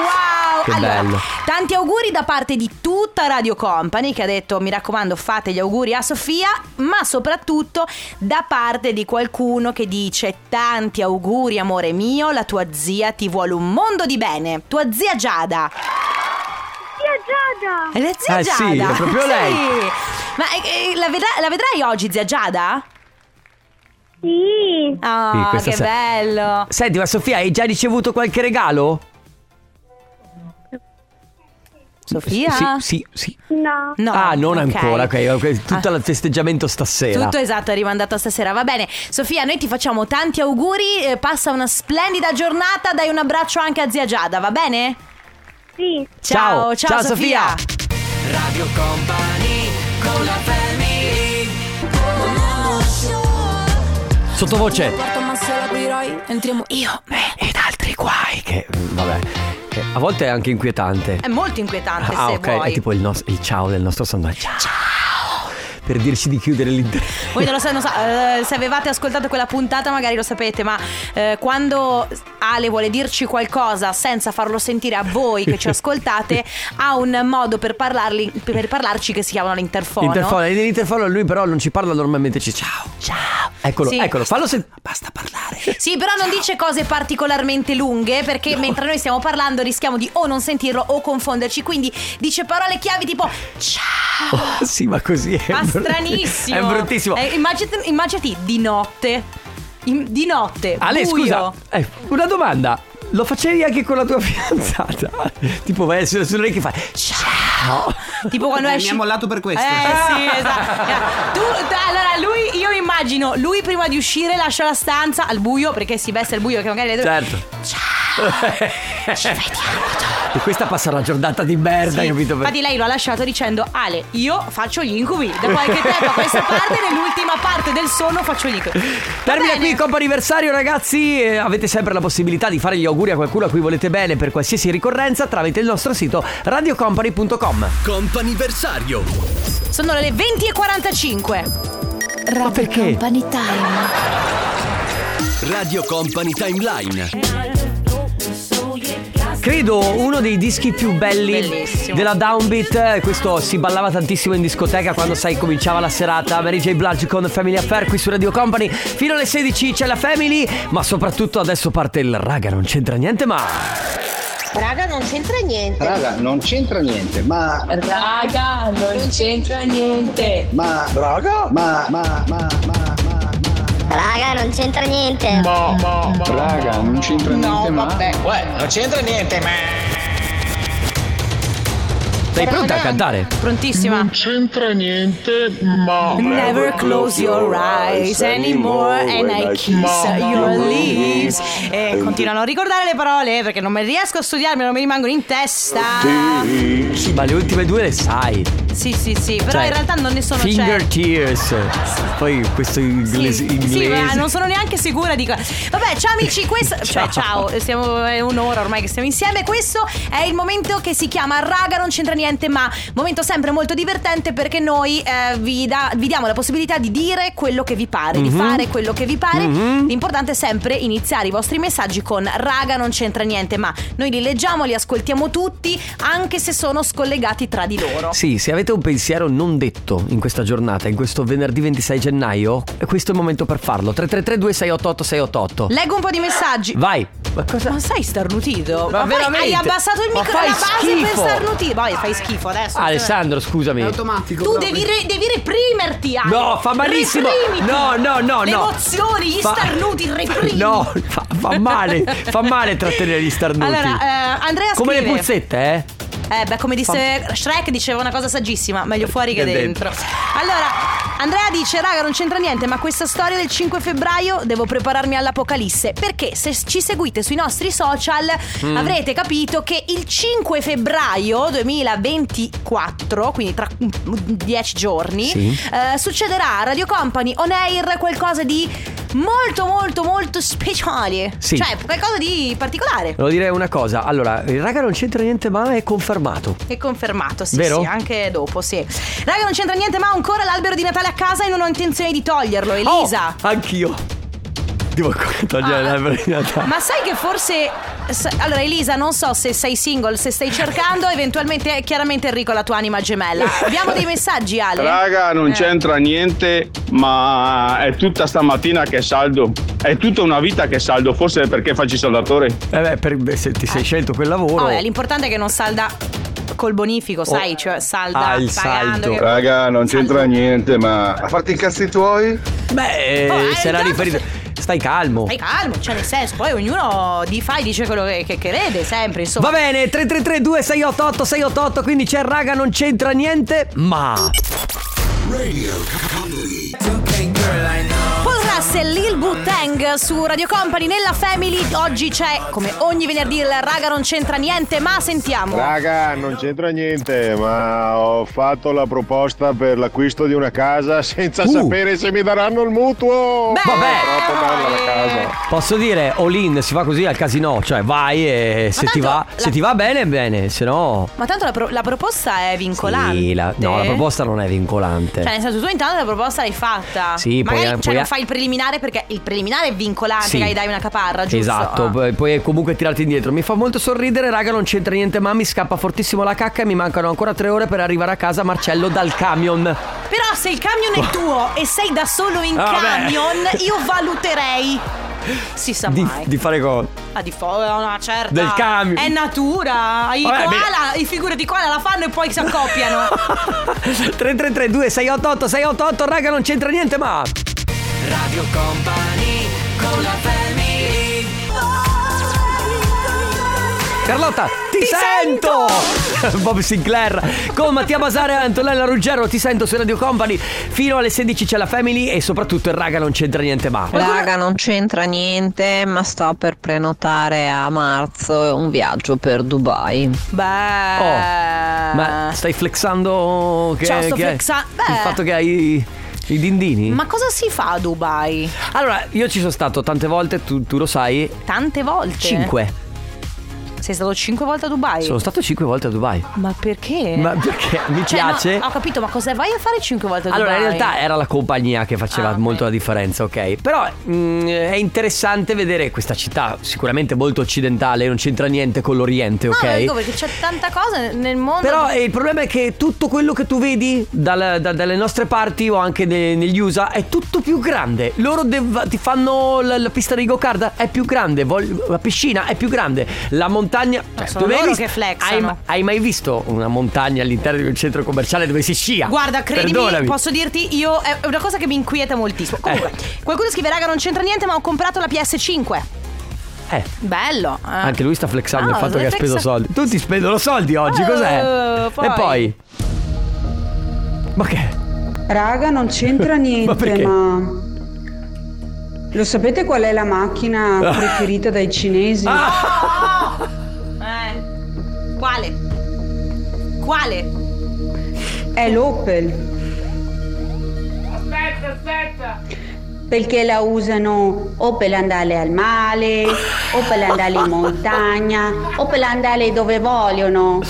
Speaker 2: Che
Speaker 1: allora,
Speaker 2: bello.
Speaker 1: tanti auguri da parte di tutta Radio Company che ha detto mi raccomando fate gli auguri a Sofia, ma soprattutto da parte di qualcuno che dice tanti auguri amore mio, la tua zia ti vuole un mondo di bene, tua zia Giada.
Speaker 16: Zia Giada!
Speaker 1: È la zia
Speaker 2: Eh
Speaker 1: Giada?
Speaker 2: sì, è proprio
Speaker 1: Sì.
Speaker 2: lei.
Speaker 1: Ma eh, eh, la, vedrai, la vedrai oggi zia Giada?
Speaker 16: Sì,
Speaker 2: Sì,
Speaker 1: Ah,
Speaker 2: questa
Speaker 1: che
Speaker 2: sera.
Speaker 1: bello!
Speaker 2: Senti, ma Sofia, hai già ricevuto qualche regalo?
Speaker 1: Sofia?
Speaker 2: Sì, sì, sì.
Speaker 16: no.
Speaker 1: No,
Speaker 2: ah, non
Speaker 1: ok.
Speaker 2: ancora, ok. Ah. ok, Tutto il festeggiamento stasera.
Speaker 1: Tutto esatto, è rimandato a stasera. Va bene, Sofia, noi ti facciamo tanti auguri. eh, Passa una splendida giornata. Dai un abbraccio anche a zia Giada, va bene?
Speaker 16: Sì,
Speaker 1: Ciao, ciao,
Speaker 2: Ciao, ciao, Sofia.
Speaker 4: Radio Company con la family.
Speaker 1: Cioè.
Speaker 2: Sottovoce.
Speaker 17: ma se l'aprirai entriamo io, me ed altri guai.
Speaker 2: Che, mm, vabbè, che a volte è anche inquietante.
Speaker 1: È molto inquietante
Speaker 2: ah,
Speaker 1: se
Speaker 2: ok.
Speaker 1: vuoi.
Speaker 2: Eh, È tipo il, nos- il ciao del nostro sondaggio. Ciao. Per dirci di chiudere l'interno.
Speaker 1: Voi non lo sa- non so, eh, se avevate ascoltato quella puntata magari lo sapete, ma eh, quando Ale vuole dirci qualcosa senza farlo sentire a
Speaker 2: <laughs>
Speaker 1: voi che ci ascoltate, ha un modo per, parlarli- per parlarci che si chiamano l'interfono.
Speaker 2: Interfono, e nell'interfono lui però non ci parla normalmente, ci ciao.
Speaker 1: Ciao.
Speaker 2: Eccolo,
Speaker 1: Sì.
Speaker 2: eccolo, fallo sentire. <laughs>
Speaker 1: Sì, però non dice cose particolarmente lunghe perché mentre noi stiamo parlando rischiamo di o non sentirlo o confonderci. Quindi dice parole chiavi tipo ciao.
Speaker 2: Oh, sì, ma così è.
Speaker 1: Ma
Speaker 2: brut-
Speaker 1: stranissimo.
Speaker 2: <laughs> È bruttissimo.
Speaker 1: Eh, immaginati, immaginati di notte. In- di notte.
Speaker 2: Ale,
Speaker 1: buio.
Speaker 2: scusa, eh, una domanda. Lo facevi anche con la tua <laughs> fidanzata? tipo, eh, vai sulle sulle orecchie e fai ciao.
Speaker 1: Tipo quando
Speaker 10: Mi
Speaker 1: esci.
Speaker 10: ha mollato per questo.
Speaker 1: Eh sì, esatto. Tu, t- allora lui, io immagino, lui prima di uscire lascia la stanza al buio perché si veste al buio che magari... le-
Speaker 2: Certo. Ciao. e questa passa la giornata di merda,
Speaker 1: Sì.
Speaker 2: capito?
Speaker 1: Infatti lei lo ha lasciato dicendo Ale, io faccio gli incubi. Da qualche tempo a questa parte, nell'ultima parte del sonno faccio gli incubi.
Speaker 2: Termina qui il compo anniversario ragazzi, Eh, avete sempre la possibilità di fare gli auguri a qualcuno a cui volete bene per qualsiasi ricorrenza tramite il nostro sito radiocompany.com.
Speaker 13: Companiversario.
Speaker 1: Sono le 20.45.
Speaker 2: Ma perché?
Speaker 17: Company Time.
Speaker 13: Radio Company Timeline.
Speaker 2: Credo uno dei dischi più belli
Speaker 1: Bellissimo.
Speaker 2: della Downbeat, Eh, questo si ballava tantissimo in discoteca quando sai cominciava la serata, Mary J. Blige con Family Affair qui su Radio Company, fino alle 16 c'è la Family, ma soprattutto adesso parte il raga non c'entra niente ma...
Speaker 18: Raga, non c'entra niente.
Speaker 6: Raga, non c'entra niente, ma...
Speaker 18: Raga, non c'entra niente.
Speaker 6: Ma... Raga? Ma... Ma... Ma... ma...
Speaker 18: Raga, non c'entra niente. Ma, ma, ma.
Speaker 6: Raga, non c'entra niente, ma...
Speaker 18: non c'entra niente, ma.
Speaker 2: Sei pronta a cantare?
Speaker 1: Prontissima. Non
Speaker 18: c'entra niente, ma.
Speaker 1: Never close your eyes anymore and I kiss your lips. E continuano a ricordare le parole perché non me riesco a studiarmi, non mi rimangono in testa.
Speaker 2: Sì, ma le ultime due le sai.
Speaker 1: Sì, sì, sì, però
Speaker 2: Cioè,
Speaker 1: in realtà non ne sono certa.
Speaker 2: Finger tears. Poi questo inglese.
Speaker 1: Sì,
Speaker 2: inglese.
Speaker 1: ma non sono neanche sicura di qua. Vabbè, ciao
Speaker 17: <laughs>
Speaker 1: amici, questo. Cioè, ciao, siamo, è un'ora ormai che stiamo insieme. Questo è il momento che si chiama Raga, non c'entra niente, ma momento sempre molto divertente perché noi eh, vi, da- vi diamo la possibilità di dire quello che vi pare, di
Speaker 17: Mhm.
Speaker 1: fare quello che vi pare.
Speaker 17: Mhm.
Speaker 1: L'importante è sempre iniziare i vostri messaggi con Raga, non c'entra niente, ma noi li leggiamo, li ascoltiamo tutti, anche se sono scollegati tra di loro.
Speaker 2: Sì, se avete un pensiero non detto in questa giornata, in questo venerdì 26 gennaio, questo è il momento per farlo. 333 688 688
Speaker 1: Leggo un po' di messaggi.
Speaker 2: Vai. Ma cosa?
Speaker 1: Ma sei starnutito?
Speaker 2: Ma
Speaker 1: Ma, poi
Speaker 2: veramente?
Speaker 1: hai abbassato il
Speaker 2: Ma fai
Speaker 1: microfono alla base per
Speaker 2: schifo.
Speaker 1: starnutire. Vai, fai schifo adesso.
Speaker 2: Ah, Alessandro, scusami.
Speaker 1: Tu devi, re- devi reprimerti Ale.
Speaker 2: No, fa malissimo.
Speaker 1: Reprimiti.
Speaker 2: No, no, no, no.
Speaker 1: Le emozioni, gli
Speaker 2: Fa-
Speaker 1: starnuti, reprimi
Speaker 2: No, fa, fa male. fa male trattenere gli starnuti.
Speaker 1: Allora, eh, Andrea
Speaker 2: Come
Speaker 1: scrive
Speaker 2: le puzzette, eh?
Speaker 1: Eh, beh, come disse Shrek, diceva una cosa saggissima, meglio fuori che
Speaker 2: Che
Speaker 1: dentro.
Speaker 2: dentro.
Speaker 1: Allora, Andrea dice, raga, non c'entra niente, ma questa storia del 5 febbraio devo prepararmi all'apocalisse, perché se ci seguite sui nostri social
Speaker 17: Mm.
Speaker 1: avrete capito che il 5 febbraio 2024, quindi tra mm, 10 giorni,
Speaker 17: Sì.
Speaker 1: eh, succederà a Radio Company On Air qualcosa di molto molto molto speciale.
Speaker 2: Sì.
Speaker 1: Cioè, qualcosa di particolare.
Speaker 2: Devo dire una cosa. Allora, il raga non c'entra niente, ma è confermato.
Speaker 1: È confermato, sì,
Speaker 2: Vero?
Speaker 1: sì, anche dopo, sì. Raga, non c'entra niente, ma ho ancora l'albero di Natale a casa e non ho intenzione di toglierlo,
Speaker 2: Oh!
Speaker 1: Elisa. Ah.
Speaker 2: Anch'io. Devo ancora togliere la brillata.
Speaker 1: Ma sai che forse. s- Allora, Elisa, non so se sei single, se stai cercando, eventualmente, eh, chiaramente Enrico, è la tua anima gemella. Abbiamo dei messaggi, Ale.
Speaker 19: Raga, non
Speaker 1: Eh.
Speaker 19: c'entra niente, ma è tutta stamattina che è saldo. È tutta una vita che è saldo, forse perché faccio il saldatore.
Speaker 2: Eh beh, per- se ti sei scelto quel lavoro.
Speaker 1: Vabbè, Oh, eh, l'importante è che non salda col bonifico, sai, cioè salda pagando. che-
Speaker 20: Raga, non c'entra niente, ma. A farti i cazzi tuoi?
Speaker 2: Beh,
Speaker 1: Oh, eh,
Speaker 2: se era
Speaker 1: intanto
Speaker 2: riferito. Stai calmo.
Speaker 1: Stai calmo, cioè nel senso, poi ognuno di fa e dice quello che, che crede sempre, insomma.
Speaker 2: Va bene, 3332 688 688, quindi c'è raga, non c'entra niente, ma...
Speaker 1: Paul Russell, Lil Butang su Radio Company nella Family. Oggi c'è, come ogni venerdì, il raga non c'entra niente, ma sentiamo.
Speaker 21: Raga, non c'entra niente, ma ho fatto la proposta per l'acquisto di una casa senza sapere se mi daranno il mutuo.
Speaker 2: Vabbè.
Speaker 1: eh,
Speaker 21: Troppo bella la casa.
Speaker 2: Posso dire, all in, si fa così al casino, cioè vai e se, ti va, se ti va bene, bene, se no...
Speaker 1: Ma tanto la, pro- la proposta è vincolante. Eh?
Speaker 2: Sì, la- no, la proposta non è vincolante.
Speaker 1: Cioè, nel senso, tu intanto la proposta l'hai fatta.
Speaker 2: Sì, poi- eh,
Speaker 1: Magari cioè,
Speaker 2: poi-
Speaker 1: non fai il preliminare perché il preliminare è vincolante,
Speaker 2: Sì.
Speaker 1: che gli dai una caparra, giusto?
Speaker 2: Esatto,
Speaker 1: Ah.
Speaker 2: poi- poi comunque tirarti indietro. Mi fa molto sorridere, raga, non c'entra niente, ma mi scappa fortissimo la cacca e mi mancano ancora tre ore per arrivare a casa, Marcello, dal camion.
Speaker 1: Però se il
Speaker 2: <laughs>
Speaker 1: camion è tuo e sei da solo in
Speaker 2: Ah, vabbè.
Speaker 1: camion, io valuterei. Si sa
Speaker 2: Di,
Speaker 1: mai.
Speaker 2: di fare <laughs> cosa?
Speaker 1: Ah, di fo- eh, una certa.
Speaker 2: Del camion.
Speaker 1: È natura. I
Speaker 2: Vabbè,
Speaker 1: koala, i figure di koala la fanno e poi si accoppiano.
Speaker 2: <laughs> 3332 688 688, raga, non c'entra niente, ma
Speaker 4: Radio Company con la family
Speaker 2: Carlotta, ti, sento! <laughs> Bob Sinclair con Mattia Basare e Antonella Ruggero, ti sento su Radio Company. Fino alle 16 c'è la Family e soprattutto il raga non c'entra niente, ma
Speaker 3: Raga, non c'entra niente, ma sto per prenotare a marzo un viaggio per Dubai.
Speaker 1: Beh.
Speaker 2: Oh, Ma stai flexando che,
Speaker 1: Eh. Ciao, sto
Speaker 2: che-
Speaker 1: flexa-
Speaker 2: il
Speaker 1: beh.
Speaker 2: fatto che hai i dindini?
Speaker 1: Ma cosa si fa a Dubai?
Speaker 2: Allora, io ci sono stato tante volte, tu, tu lo sai.
Speaker 1: Tante volte.
Speaker 2: Cinque.
Speaker 1: Sei stato cinque volte a Dubai?
Speaker 2: Sono stato cinque volte a Dubai.
Speaker 1: Ma perché?
Speaker 2: Ma perché mi
Speaker 1: Cioè,
Speaker 2: piace?
Speaker 1: ma- ho capito, ma cosa vai a fare cinque volte a Dubai?
Speaker 2: Allora, in realtà era la compagnia che faceva
Speaker 1: Ah,
Speaker 2: molto la differenza, ok? Però mh, è interessante vedere questa città, sicuramente molto occidentale, non c'entra niente con l'Oriente,
Speaker 1: No, ecco,
Speaker 2: ok?
Speaker 1: lo dico perché c'è tanta cosa nel mondo.
Speaker 2: Però eh, il problema è che tutto quello che tu vedi dal- da- dalle nostre parti o anche ne- negli USA è tutto più grande. Loro dev- ti fanno la, la pista di go-kart è più grande, vol- la piscina è più grande, la montagna... Cioè,
Speaker 1: sono
Speaker 2: tu hai
Speaker 1: loro
Speaker 2: visto-
Speaker 1: che flexano.
Speaker 2: Hai, ma- hai mai visto una montagna all'interno di un centro commerciale dove si scia?
Speaker 1: Guarda, credimi,
Speaker 2: Perdonami.
Speaker 1: posso dirti, io è una cosa che mi inquieta moltissimo. Comunque, qualcuno scrive, raga, non c'entra niente, ma ho comprato la PS5.
Speaker 2: Eh.
Speaker 1: Bello. eh.
Speaker 2: Anche lui sta flexando
Speaker 1: No,
Speaker 2: il fatto che ha
Speaker 1: flexa-
Speaker 2: speso soldi. Tutti spendono soldi oggi,
Speaker 1: Eh,
Speaker 2: cos'è?
Speaker 1: poi.
Speaker 2: E poi... Ma che?
Speaker 1: <laughs>
Speaker 22: Raga, non
Speaker 2: <laughs>
Speaker 22: c'entra niente,
Speaker 2: perché?
Speaker 22: ma, lo sapete qual è la
Speaker 2: <laughs>
Speaker 22: macchina
Speaker 2: Ah.
Speaker 22: preferita dai cinesi?
Speaker 1: Eh. Quale? Quale?
Speaker 22: È l'Opel,
Speaker 9: Aspetta, aspetta.
Speaker 22: perché la usano o per andare al mare, o per andare in montagna, o per andare dove vogliono.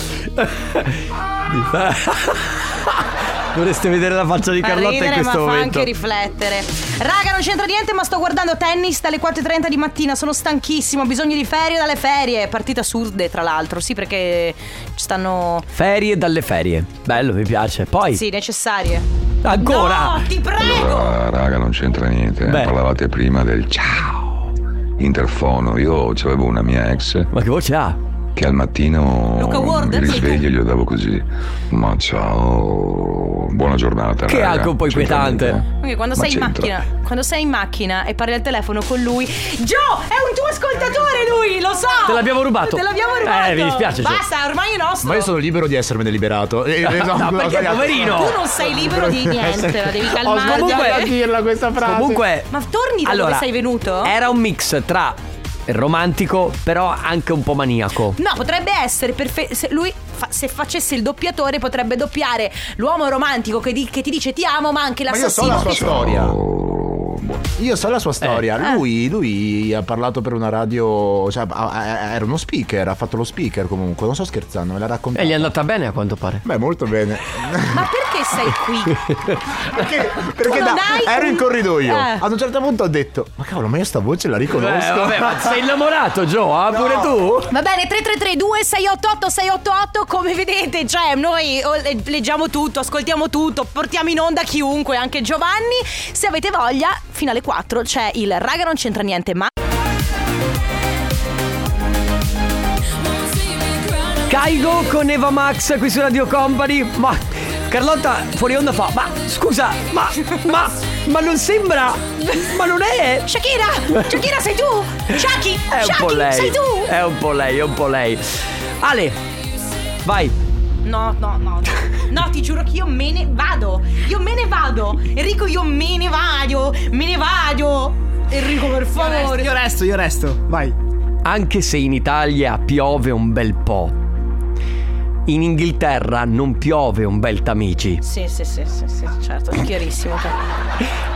Speaker 2: Dovreste vedere la faccia di
Speaker 1: Fa
Speaker 2: Carlotta
Speaker 1: ridere,
Speaker 2: in questo
Speaker 1: ma
Speaker 2: momento.
Speaker 1: fa anche riflettere. Raga, non c'entra niente, ma sto guardando tennis dalle 4.30 di mattina. Sono stanchissimo, ho bisogno di ferie dalle ferie. Partite assurde, tra l'altro. Sì, perché ci stanno.
Speaker 2: Ferie dalle ferie. Bello, mi piace. Poi.
Speaker 1: Sì, necessarie.
Speaker 2: Ancora?
Speaker 1: No, ti prego!
Speaker 23: Ah, raga, non c'entra niente. Parlavate prima del ciao. Interfono. Io avevo una mia ex.
Speaker 2: Ma che voce ha?
Speaker 23: Che al mattino
Speaker 1: Luca
Speaker 23: mi
Speaker 1: Ward, sei
Speaker 23: risveglio e gli davo così. Ma ciao. Buona giornata.
Speaker 2: Che è
Speaker 23: raga.
Speaker 2: anche un po'
Speaker 23: Non c'entra niente.
Speaker 2: inquietante.
Speaker 1: Perché quando
Speaker 23: Ma
Speaker 1: sei in
Speaker 23: c'entra.
Speaker 1: macchina, quando sei in macchina e parli al telefono con lui, Gio è un tuo ascoltatore lui, lo so.
Speaker 12: Te l'abbiamo rubato.
Speaker 1: Te l'abbiamo rubato.
Speaker 12: Eh, mi dispiace, Gio.
Speaker 1: Basta, ormai è nostro.
Speaker 12: Ma io sono libero di essermene liberato. Eh, eh,
Speaker 2: <laughs> No,
Speaker 12: ho
Speaker 2: perché,
Speaker 12: sbagliato.
Speaker 2: poverino?
Speaker 1: Tu non sei libero di niente, la devi
Speaker 12: Ho
Speaker 1: calmare.
Speaker 12: sbagliato a
Speaker 1: dirla questa
Speaker 2: frase. Comunque-
Speaker 1: ma torni da
Speaker 2: Allora,
Speaker 1: dove sei venuto?
Speaker 2: Era un mix tra romantico, però anche un po' maniaco.
Speaker 1: No, potrebbe essere perfe- se lui fa- se facesse il doppiatore potrebbe doppiare l'uomo romantico che, di- che ti dice ti amo, ma anche
Speaker 12: Ma io so
Speaker 1: l'assassino.
Speaker 12: la sua
Speaker 1: che-
Speaker 12: storia. Io so la sua storia.
Speaker 2: Ah.
Speaker 1: Eh.
Speaker 12: Lui, lui ha parlato per una radio. Cioè, ha- ha- era uno speaker, ha fatto lo speaker comunque. Non sto scherzando, me l'ha raccontato. E gli è
Speaker 2: andata bene a quanto pare.
Speaker 12: Beh, molto
Speaker 2: <laughs>
Speaker 12: bene.
Speaker 1: Ma perché sei qui?
Speaker 12: perché perché
Speaker 1: Tu
Speaker 12: da-
Speaker 1: non hai
Speaker 12: ero in
Speaker 1: un-
Speaker 12: corridoio.
Speaker 1: Eh.
Speaker 12: Ad un certo punto ho detto: Ma cavolo, ma io sta voce la riconosco.
Speaker 2: Eh, vabbè, <laughs>
Speaker 12: <laughs>
Speaker 2: ma sei innamorato, Gio? Ah, pure tu?
Speaker 1: Va bene, 3332 688 688, come vedete, cioè noi oh, le- leggiamo tutto, ascoltiamo tutto, portiamo in onda chiunque, anche Giovanni. Se avete voglia, fino alle 4 c'è il raga non c'entra niente, ma
Speaker 2: Caigo con Eva Max qui su Radio Company. Ma Carlotta fuori onda fa: Ma scusa, ma, ma, ma non sembra. Ma non è.
Speaker 1: Shakira! Shakira sei tu! Shaki!
Speaker 2: È un po'
Speaker 1: Shaki,
Speaker 2: lei.
Speaker 1: sei tu!
Speaker 2: È un po' lei, è un po' lei. Ale, vai.
Speaker 1: No, no, no, no. No, ti giuro che io me ne vado. Io me ne vado. Enrico, io me ne vado. Me ne vado. Enrico, per favore. Io resto, io resto.
Speaker 2: Vai. Anche se in Italia piove un bel po', in Inghilterra non piove un bel tamici.
Speaker 1: Sì, sì, sì, sì, sì, certo, chiarissimo.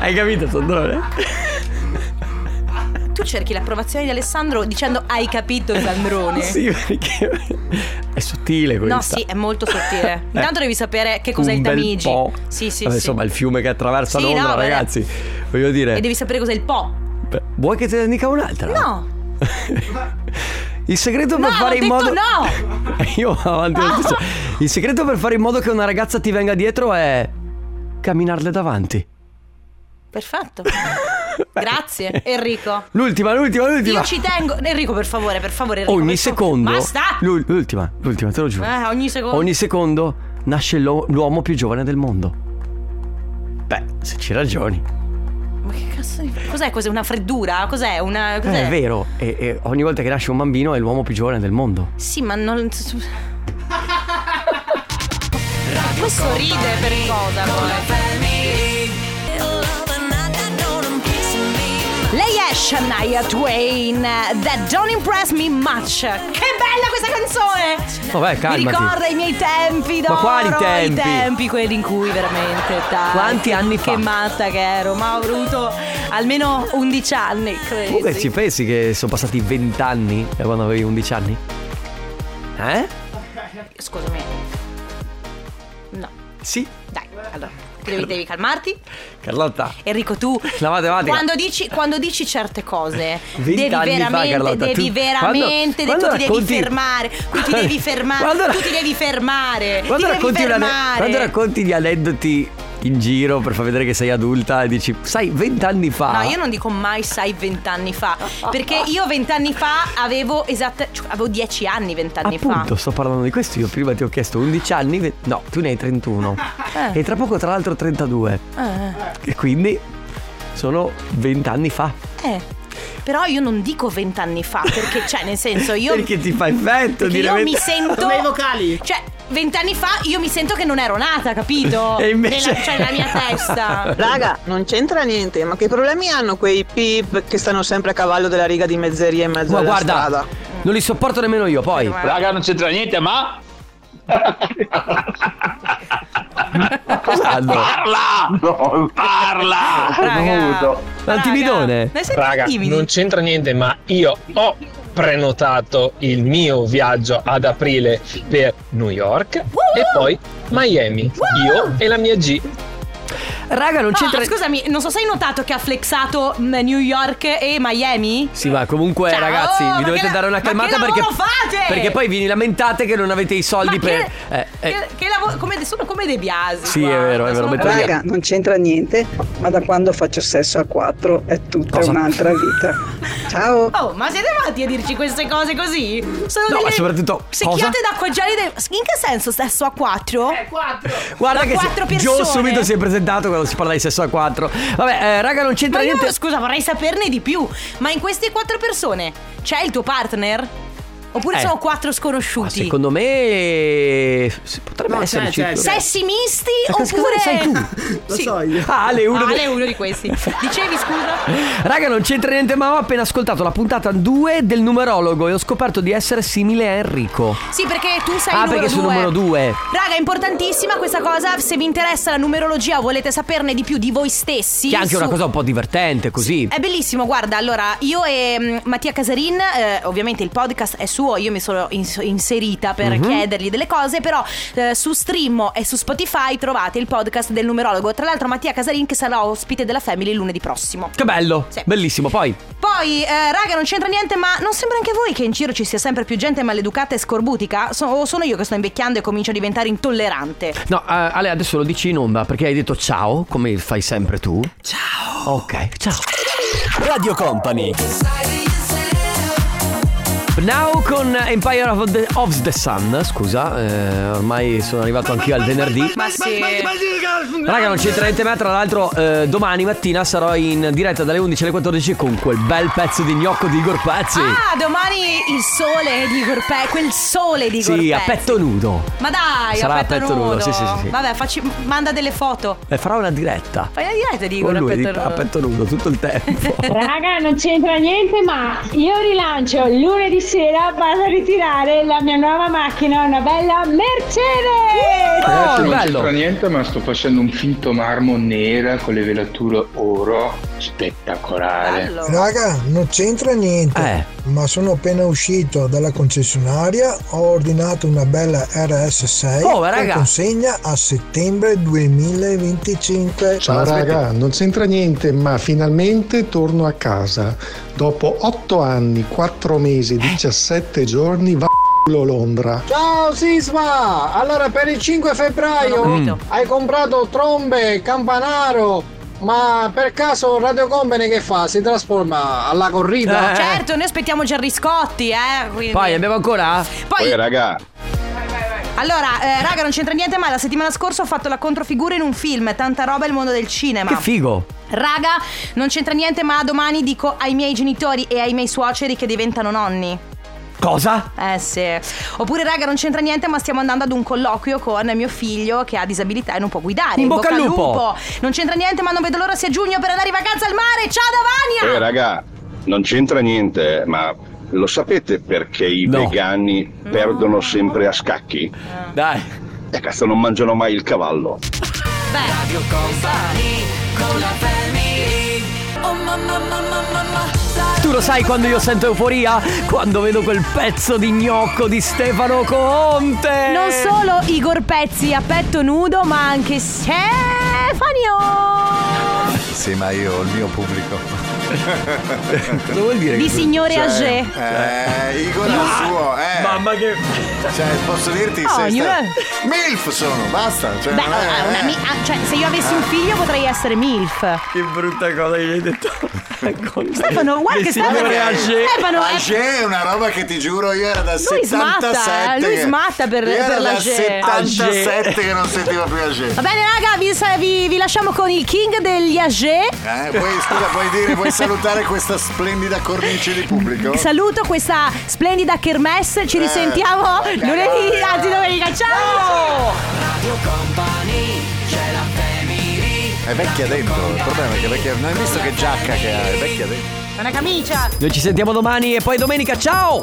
Speaker 2: Hai capito, Sandrone?
Speaker 1: tu cerchi l'approvazione di Alessandro dicendo hai capito Sandrone.
Speaker 2: Sì, perché è sottile questa.
Speaker 1: No, sì, è molto sottile.
Speaker 2: Eh.
Speaker 1: Intanto devi sapere che cos'è
Speaker 2: Un
Speaker 1: il
Speaker 2: bel
Speaker 1: Tamigi.
Speaker 2: po'.
Speaker 1: Sì, sì,
Speaker 2: Vabbè,
Speaker 1: sì.
Speaker 2: Insomma, il fiume che attraversa
Speaker 1: Sì,
Speaker 2: Londra,
Speaker 1: no, vabbè.
Speaker 2: ragazzi. Voglio dire.
Speaker 1: E devi sapere cos'è il Po.
Speaker 2: Beh, Vuoi che te ne dica un'altra?
Speaker 1: No.
Speaker 2: Il segreto
Speaker 1: No,
Speaker 2: per fare
Speaker 1: ho
Speaker 2: in
Speaker 1: detto
Speaker 2: modo. <laughs>
Speaker 1: no.
Speaker 2: Io vado avanti lo stesso. Il segreto per fare in modo che una ragazza ti venga dietro è. camminarle davanti.
Speaker 1: Perfetto. Grazie, Enrico.
Speaker 2: L'ultima, l'ultima, l'ultima.
Speaker 1: Io ci tengo. Enrico, per favore, per favore. Enrico,
Speaker 2: Ogni
Speaker 1: per favore.
Speaker 2: secondo.
Speaker 1: Basta.
Speaker 2: l'ul- L'ultima, l'ultima, te lo giuro.
Speaker 1: Eh, ogni secondo.
Speaker 2: Ogni secondo nasce l'u- l'uomo più giovane del mondo. Beh, se ci ragioni.
Speaker 1: Ma che cazzo di... Cos'è? Cos'è? Una freddura? Cos'è? Una...
Speaker 2: Eh,
Speaker 1: Cos'è?
Speaker 2: è vero, e, e ogni volta che nasce un bambino è l'uomo più giovane del mondo.
Speaker 1: Sì, ma non... Questo ride per cosa? Lei è Shania Twain, That Don't Impress Me Much. Che bella questa canzone!
Speaker 2: Vabbè,
Speaker 1: Mi
Speaker 2: Oh, calmati.
Speaker 1: ricorda i miei tempi d'oro
Speaker 2: Ma quali tempi?
Speaker 1: I tempi quelli in cui veramente dai,
Speaker 2: Quanti anni fa?
Speaker 1: Che matta che ero Ma ho avuto almeno 11 anni
Speaker 2: Comunque
Speaker 1: crazy.
Speaker 2: ci pensi che sono passati 20 anni da quando avevi 11 anni? Eh?
Speaker 1: Scusami No
Speaker 2: Sì,
Speaker 1: Dai Allora Devi, devi calmarti
Speaker 2: Carlotta.
Speaker 1: Enrico tu
Speaker 2: La matematica.
Speaker 1: quando dici, quando dici certe cose
Speaker 2: 20 anni
Speaker 1: devi
Speaker 2: fa,
Speaker 1: veramente,
Speaker 2: Carlotta,
Speaker 1: devi
Speaker 2: tu-
Speaker 1: veramente
Speaker 2: quando- quando
Speaker 1: tu ti devi
Speaker 2: racconti-
Speaker 1: fermare, tu ti devi fermare,
Speaker 2: Quando-
Speaker 1: tu ti devi fermare, ti
Speaker 2: Quando
Speaker 1: devi
Speaker 2: racconti, una-
Speaker 1: fermare.
Speaker 2: quando racconti gli aneddoti in giro per far vedere che sei adulta e dici, sai, 20 anni fa.
Speaker 1: No, io non dico mai sai vent'anni fa, perché io vent'anni fa avevo esatta, cioè, avevo dieci anni vent'anni fa.
Speaker 2: Appunto, sto parlando di questo. Io prima ti ho chiesto 11 anni, ve- no, tu ne hai 31.
Speaker 1: Eh.
Speaker 2: E tra poco, tra l'altro, 32.
Speaker 1: Eh,
Speaker 2: E quindi sono 20 anni fa.
Speaker 1: eh. Però io non dico vent'anni fa, perché cioè nel senso io
Speaker 2: Perché ti fa effetto
Speaker 1: Perché
Speaker 2: dire
Speaker 1: io
Speaker 2: 20
Speaker 1: mi sento. Come i vocali? Cioè, vent'anni fa io mi sento che non ero nata, capito?
Speaker 2: <laughs> E invece-
Speaker 1: Nella- cioè, nella mia
Speaker 2: <laughs>
Speaker 1: testa.
Speaker 5: Raga, non c'entra niente, ma che problemi hanno quei pip che stanno sempre a cavallo della riga di mezzeria in mezzo
Speaker 2: Ma
Speaker 5: alla
Speaker 2: guarda,
Speaker 5: strada?
Speaker 2: non li sopporto nemmeno io. Poi,
Speaker 5: Raga,
Speaker 2: non c'entra niente, ma. Cosa <laughs> hanno?
Speaker 10: Parla! parla!
Speaker 2: Ma il timidone?
Speaker 7: Raga, non c'entra niente, ma io ho prenotato il mio viaggio ad aprile per New York e poi Miami. Io e la mia G.
Speaker 2: Raga, non
Speaker 1: c'entra. Ah, scusami, non so se hai notato che ha flexato mh, New York e Miami?
Speaker 2: Sì, ma comunque,
Speaker 1: Ciao,
Speaker 2: ragazzi,
Speaker 1: ma
Speaker 2: vi
Speaker 1: che
Speaker 2: dovete
Speaker 1: la-
Speaker 2: dare una
Speaker 1: ma
Speaker 2: calmata
Speaker 1: che
Speaker 2: perché.
Speaker 1: lavoro fate?
Speaker 2: Perché poi vi lamentate che non avete i soldi
Speaker 1: Ma
Speaker 2: per.
Speaker 1: che-
Speaker 2: Eh, eh,
Speaker 1: Che, che lavoro. Come, sono come De Biasi.
Speaker 2: Sì, è vero, è vero. metto via.
Speaker 5: Raga, non c'entra niente, ma da quando faccio sesso a quattro è tutta
Speaker 2: Cosa?
Speaker 5: un'altra vita. Ciao!
Speaker 1: Oh, ma siete matti a dirci queste cose così? Sono
Speaker 2: No,
Speaker 1: delle
Speaker 2: ma soprattutto. Cosa?
Speaker 1: secchiate d'acqua gelida. In che senso stesso a 4? Eh, 4.
Speaker 2: Guarda
Speaker 1: da
Speaker 2: che
Speaker 1: quattro
Speaker 2: se-
Speaker 1: persone.
Speaker 2: Gio subito si è presentato quando si parla di sesso a 4. Vabbè, eh, raga, non c'entra
Speaker 1: Ma io,
Speaker 2: niente.
Speaker 1: scusa, vorrei saperne di più. Ma in queste quattro persone c'è il tuo partner? Oppure
Speaker 2: Eh. Ah,
Speaker 1: sono quattro sconosciuti?
Speaker 2: Secondo me s- potrebbe
Speaker 1: No, cioè, c'è,
Speaker 2: essere
Speaker 1: c'è, c'è. Sessi misti
Speaker 2: Eh,
Speaker 1: oppure- <laughs> Lo so io.
Speaker 2: Ah, Ale è uno.
Speaker 1: Ah,
Speaker 2: di-
Speaker 1: Ale è uno di questi. Dicevi scusa?
Speaker 2: Raga, non c'entra niente, ma ho appena ascoltato la puntata 2 del numerologo e ho scoperto di essere simile a Enrico.
Speaker 1: Sì, perché tu sei
Speaker 2: ah,
Speaker 1: il
Speaker 2: perché
Speaker 1: numero
Speaker 2: sono
Speaker 1: due.
Speaker 2: numero 2.
Speaker 1: Raga, è importantissima questa cosa. Se vi interessa la numerologia o volete saperne di più di voi stessi,
Speaker 2: Che è anche
Speaker 1: su-
Speaker 2: una cosa un po' divertente, così.
Speaker 1: È bellissimo, guarda, allora io e mm, Mattia Casarin, eh, ovviamente il podcast è suo, io mi sono ins- inserita per
Speaker 2: Mhm.
Speaker 1: chiedergli delle cose, però eh, su Stream e su Spotify trovate il podcast del numerologo, tra l'altro Mattia Casarin che sarà ospite della Family lunedì prossimo.
Speaker 2: Che bello,
Speaker 1: Sì.
Speaker 2: bellissimo. Poi,
Speaker 1: Poi, eh, raga, non c'entra niente, ma non sembra anche a voi che in giro ci sia sempre più gente maleducata e scorbutica? So- o sono io che sto invecchiando e comincio a diventare intollerante?
Speaker 2: no, eh, Ale, adesso lo dici in onda perché hai detto ciao, come fai sempre tu. Ciao. Ok, ciao. Radio Company. Now con Empire of the, of the Sun, scusa, eh, ormai sono arrivato anch'io al venerdì.
Speaker 1: Ma sì.
Speaker 2: Raga, non c'entra niente me, tra l'altro eh, domani mattina sarò in diretta dalle 11 alle 14 con quel bel pezzo di gnocco di Igor Pezzi.
Speaker 1: Ah, domani il sole di Gorpè, quel sole di Gorpè.
Speaker 2: sì, a petto nudo.
Speaker 1: Ma dai,
Speaker 2: Sarà
Speaker 1: a petto nudo.
Speaker 2: sì, sì, sì, sì.
Speaker 1: Vabbè, facci- manda delle foto.
Speaker 2: E farò una diretta.
Speaker 1: Fai una combinate dico
Speaker 2: Con
Speaker 1: a
Speaker 2: lui eh. di-
Speaker 1: petto
Speaker 2: a
Speaker 1: nudo?
Speaker 2: petto nudo tutto il
Speaker 1: <laughs>
Speaker 2: tempo.
Speaker 8: Raga, non c'entra niente, ma io rilancio lunedì sera vado a ritirare la mia nuova macchina, una bella
Speaker 2: Ah,
Speaker 8: Mercedes.
Speaker 20: Ragazzi, non
Speaker 8: bello.
Speaker 20: c'entra niente, ma sto facendo un finto marmo nera con le velature oro spettacolare.
Speaker 11: Raga, non c'entra niente,
Speaker 2: Eh.
Speaker 11: ma sono appena uscito dalla concessionaria, ho ordinato una bella RS6
Speaker 2: Oh, ma
Speaker 11: per
Speaker 2: raga.
Speaker 6: Ah,
Speaker 11: consegna a settembre 2025.
Speaker 14: Ciao raga, non c'entra niente, ma finalmente torno a casa. Dopo 8 anni, 4
Speaker 1: Eh.
Speaker 14: mesi, 17 giorni, va a <laughs> Londra.
Speaker 11: Ciao Sisma! Allora per il 5 febbraio
Speaker 14: Non ho capito.
Speaker 11: hai comprato trombe, campanaro, ma per caso Radio Company che fa? Si trasforma alla corrida?
Speaker 1: Certo, noi aspettiamo Gerry Scotti, eh. quindi-
Speaker 2: Cioè, Poi abbiamo ancora?
Speaker 1: Poi- Poi,
Speaker 2: raga.
Speaker 1: Allora, eh, raga, non c'entra niente, ma la settimana scorsa ho fatto la controfigura in un film, tanta roba il mondo del cinema.
Speaker 2: Che figo.
Speaker 1: Raga, non c'entra niente, ma domani dico ai miei genitori e ai miei suoceri che diventano nonni.
Speaker 2: Cosa?
Speaker 1: Eh sì. Oppure, raga, non c'entra niente, ma stiamo andando ad un colloquio con mio figlio che ha disabilità e non può guidare.
Speaker 11: In bocca al lupo.
Speaker 1: Non c'entra niente, ma non vedo l'ora sia giugno per andare in vacanza al mare. Ciao Davania!
Speaker 24: Eh raga, non c'entra niente, ma lo sapete perché i vegani
Speaker 11: Mm.
Speaker 24: perdono sempre a scacchi?
Speaker 2: Dai.
Speaker 24: E cazzo non mangiano mai il cavallo.
Speaker 4: Radio Company con la family Oh mamma mamma mamma
Speaker 2: Tu lo sai quando io sento euforia? Quando vedo quel pezzo di gnocco di Stefano Conte!
Speaker 1: Non solo Igor Pezzi a petto nudo, ma anche Stefanio!
Speaker 25: Sì, ma io ho il mio pubblico.
Speaker 2: Cosa vuol dire?
Speaker 1: Di signore Agé.
Speaker 25: Eh, Igor è il suo, eh. Mamma
Speaker 2: che.
Speaker 25: Cioè, posso dirti
Speaker 1: Oh,
Speaker 25: se.
Speaker 1: ognuno-
Speaker 25: sta- MILF sono, basta. Cioè,
Speaker 1: Beh,
Speaker 25: non
Speaker 1: allora,
Speaker 12: eh.
Speaker 25: è-
Speaker 1: una mi- ah, cioè, se io avessi un figlio potrei essere MILF.
Speaker 2: Che brutta cosa che gli hai detto.
Speaker 1: Stefano, guarda che Stefano.
Speaker 25: Signore Agé.
Speaker 1: Stefano eh, è-
Speaker 25: Agé è una roba che ti giuro io era da
Speaker 1: Lui
Speaker 25: 77.
Speaker 1: smatta, eh, lui
Speaker 25: che-
Speaker 1: smatta per-
Speaker 25: io era
Speaker 1: per Ah,
Speaker 25: da
Speaker 1: l'Agé.
Speaker 25: 77
Speaker 1: Agé.
Speaker 25: che non sentivo più Agé.
Speaker 1: Va bene, raga, vi, sa- vi- vi lasciamo con il king degli Agé.
Speaker 25: Eh, vuoi, scusa, vuoi dire, vuoi salutare questa splendida cornice di
Speaker 12: Ecco.
Speaker 25: pubblico?
Speaker 1: Saluto questa splendida kermesse. Ci risentiamo
Speaker 25: Eh.
Speaker 1: lunedì, anzi domenica. Ciao!
Speaker 4: Radio Company c'è la family
Speaker 25: È vecchia dentro, il problema è che è vecchia. Non hai visto che giacca che ha? È vecchia dentro.
Speaker 1: Una camicia.
Speaker 2: Noi ci sentiamo domani e poi domenica, ciao!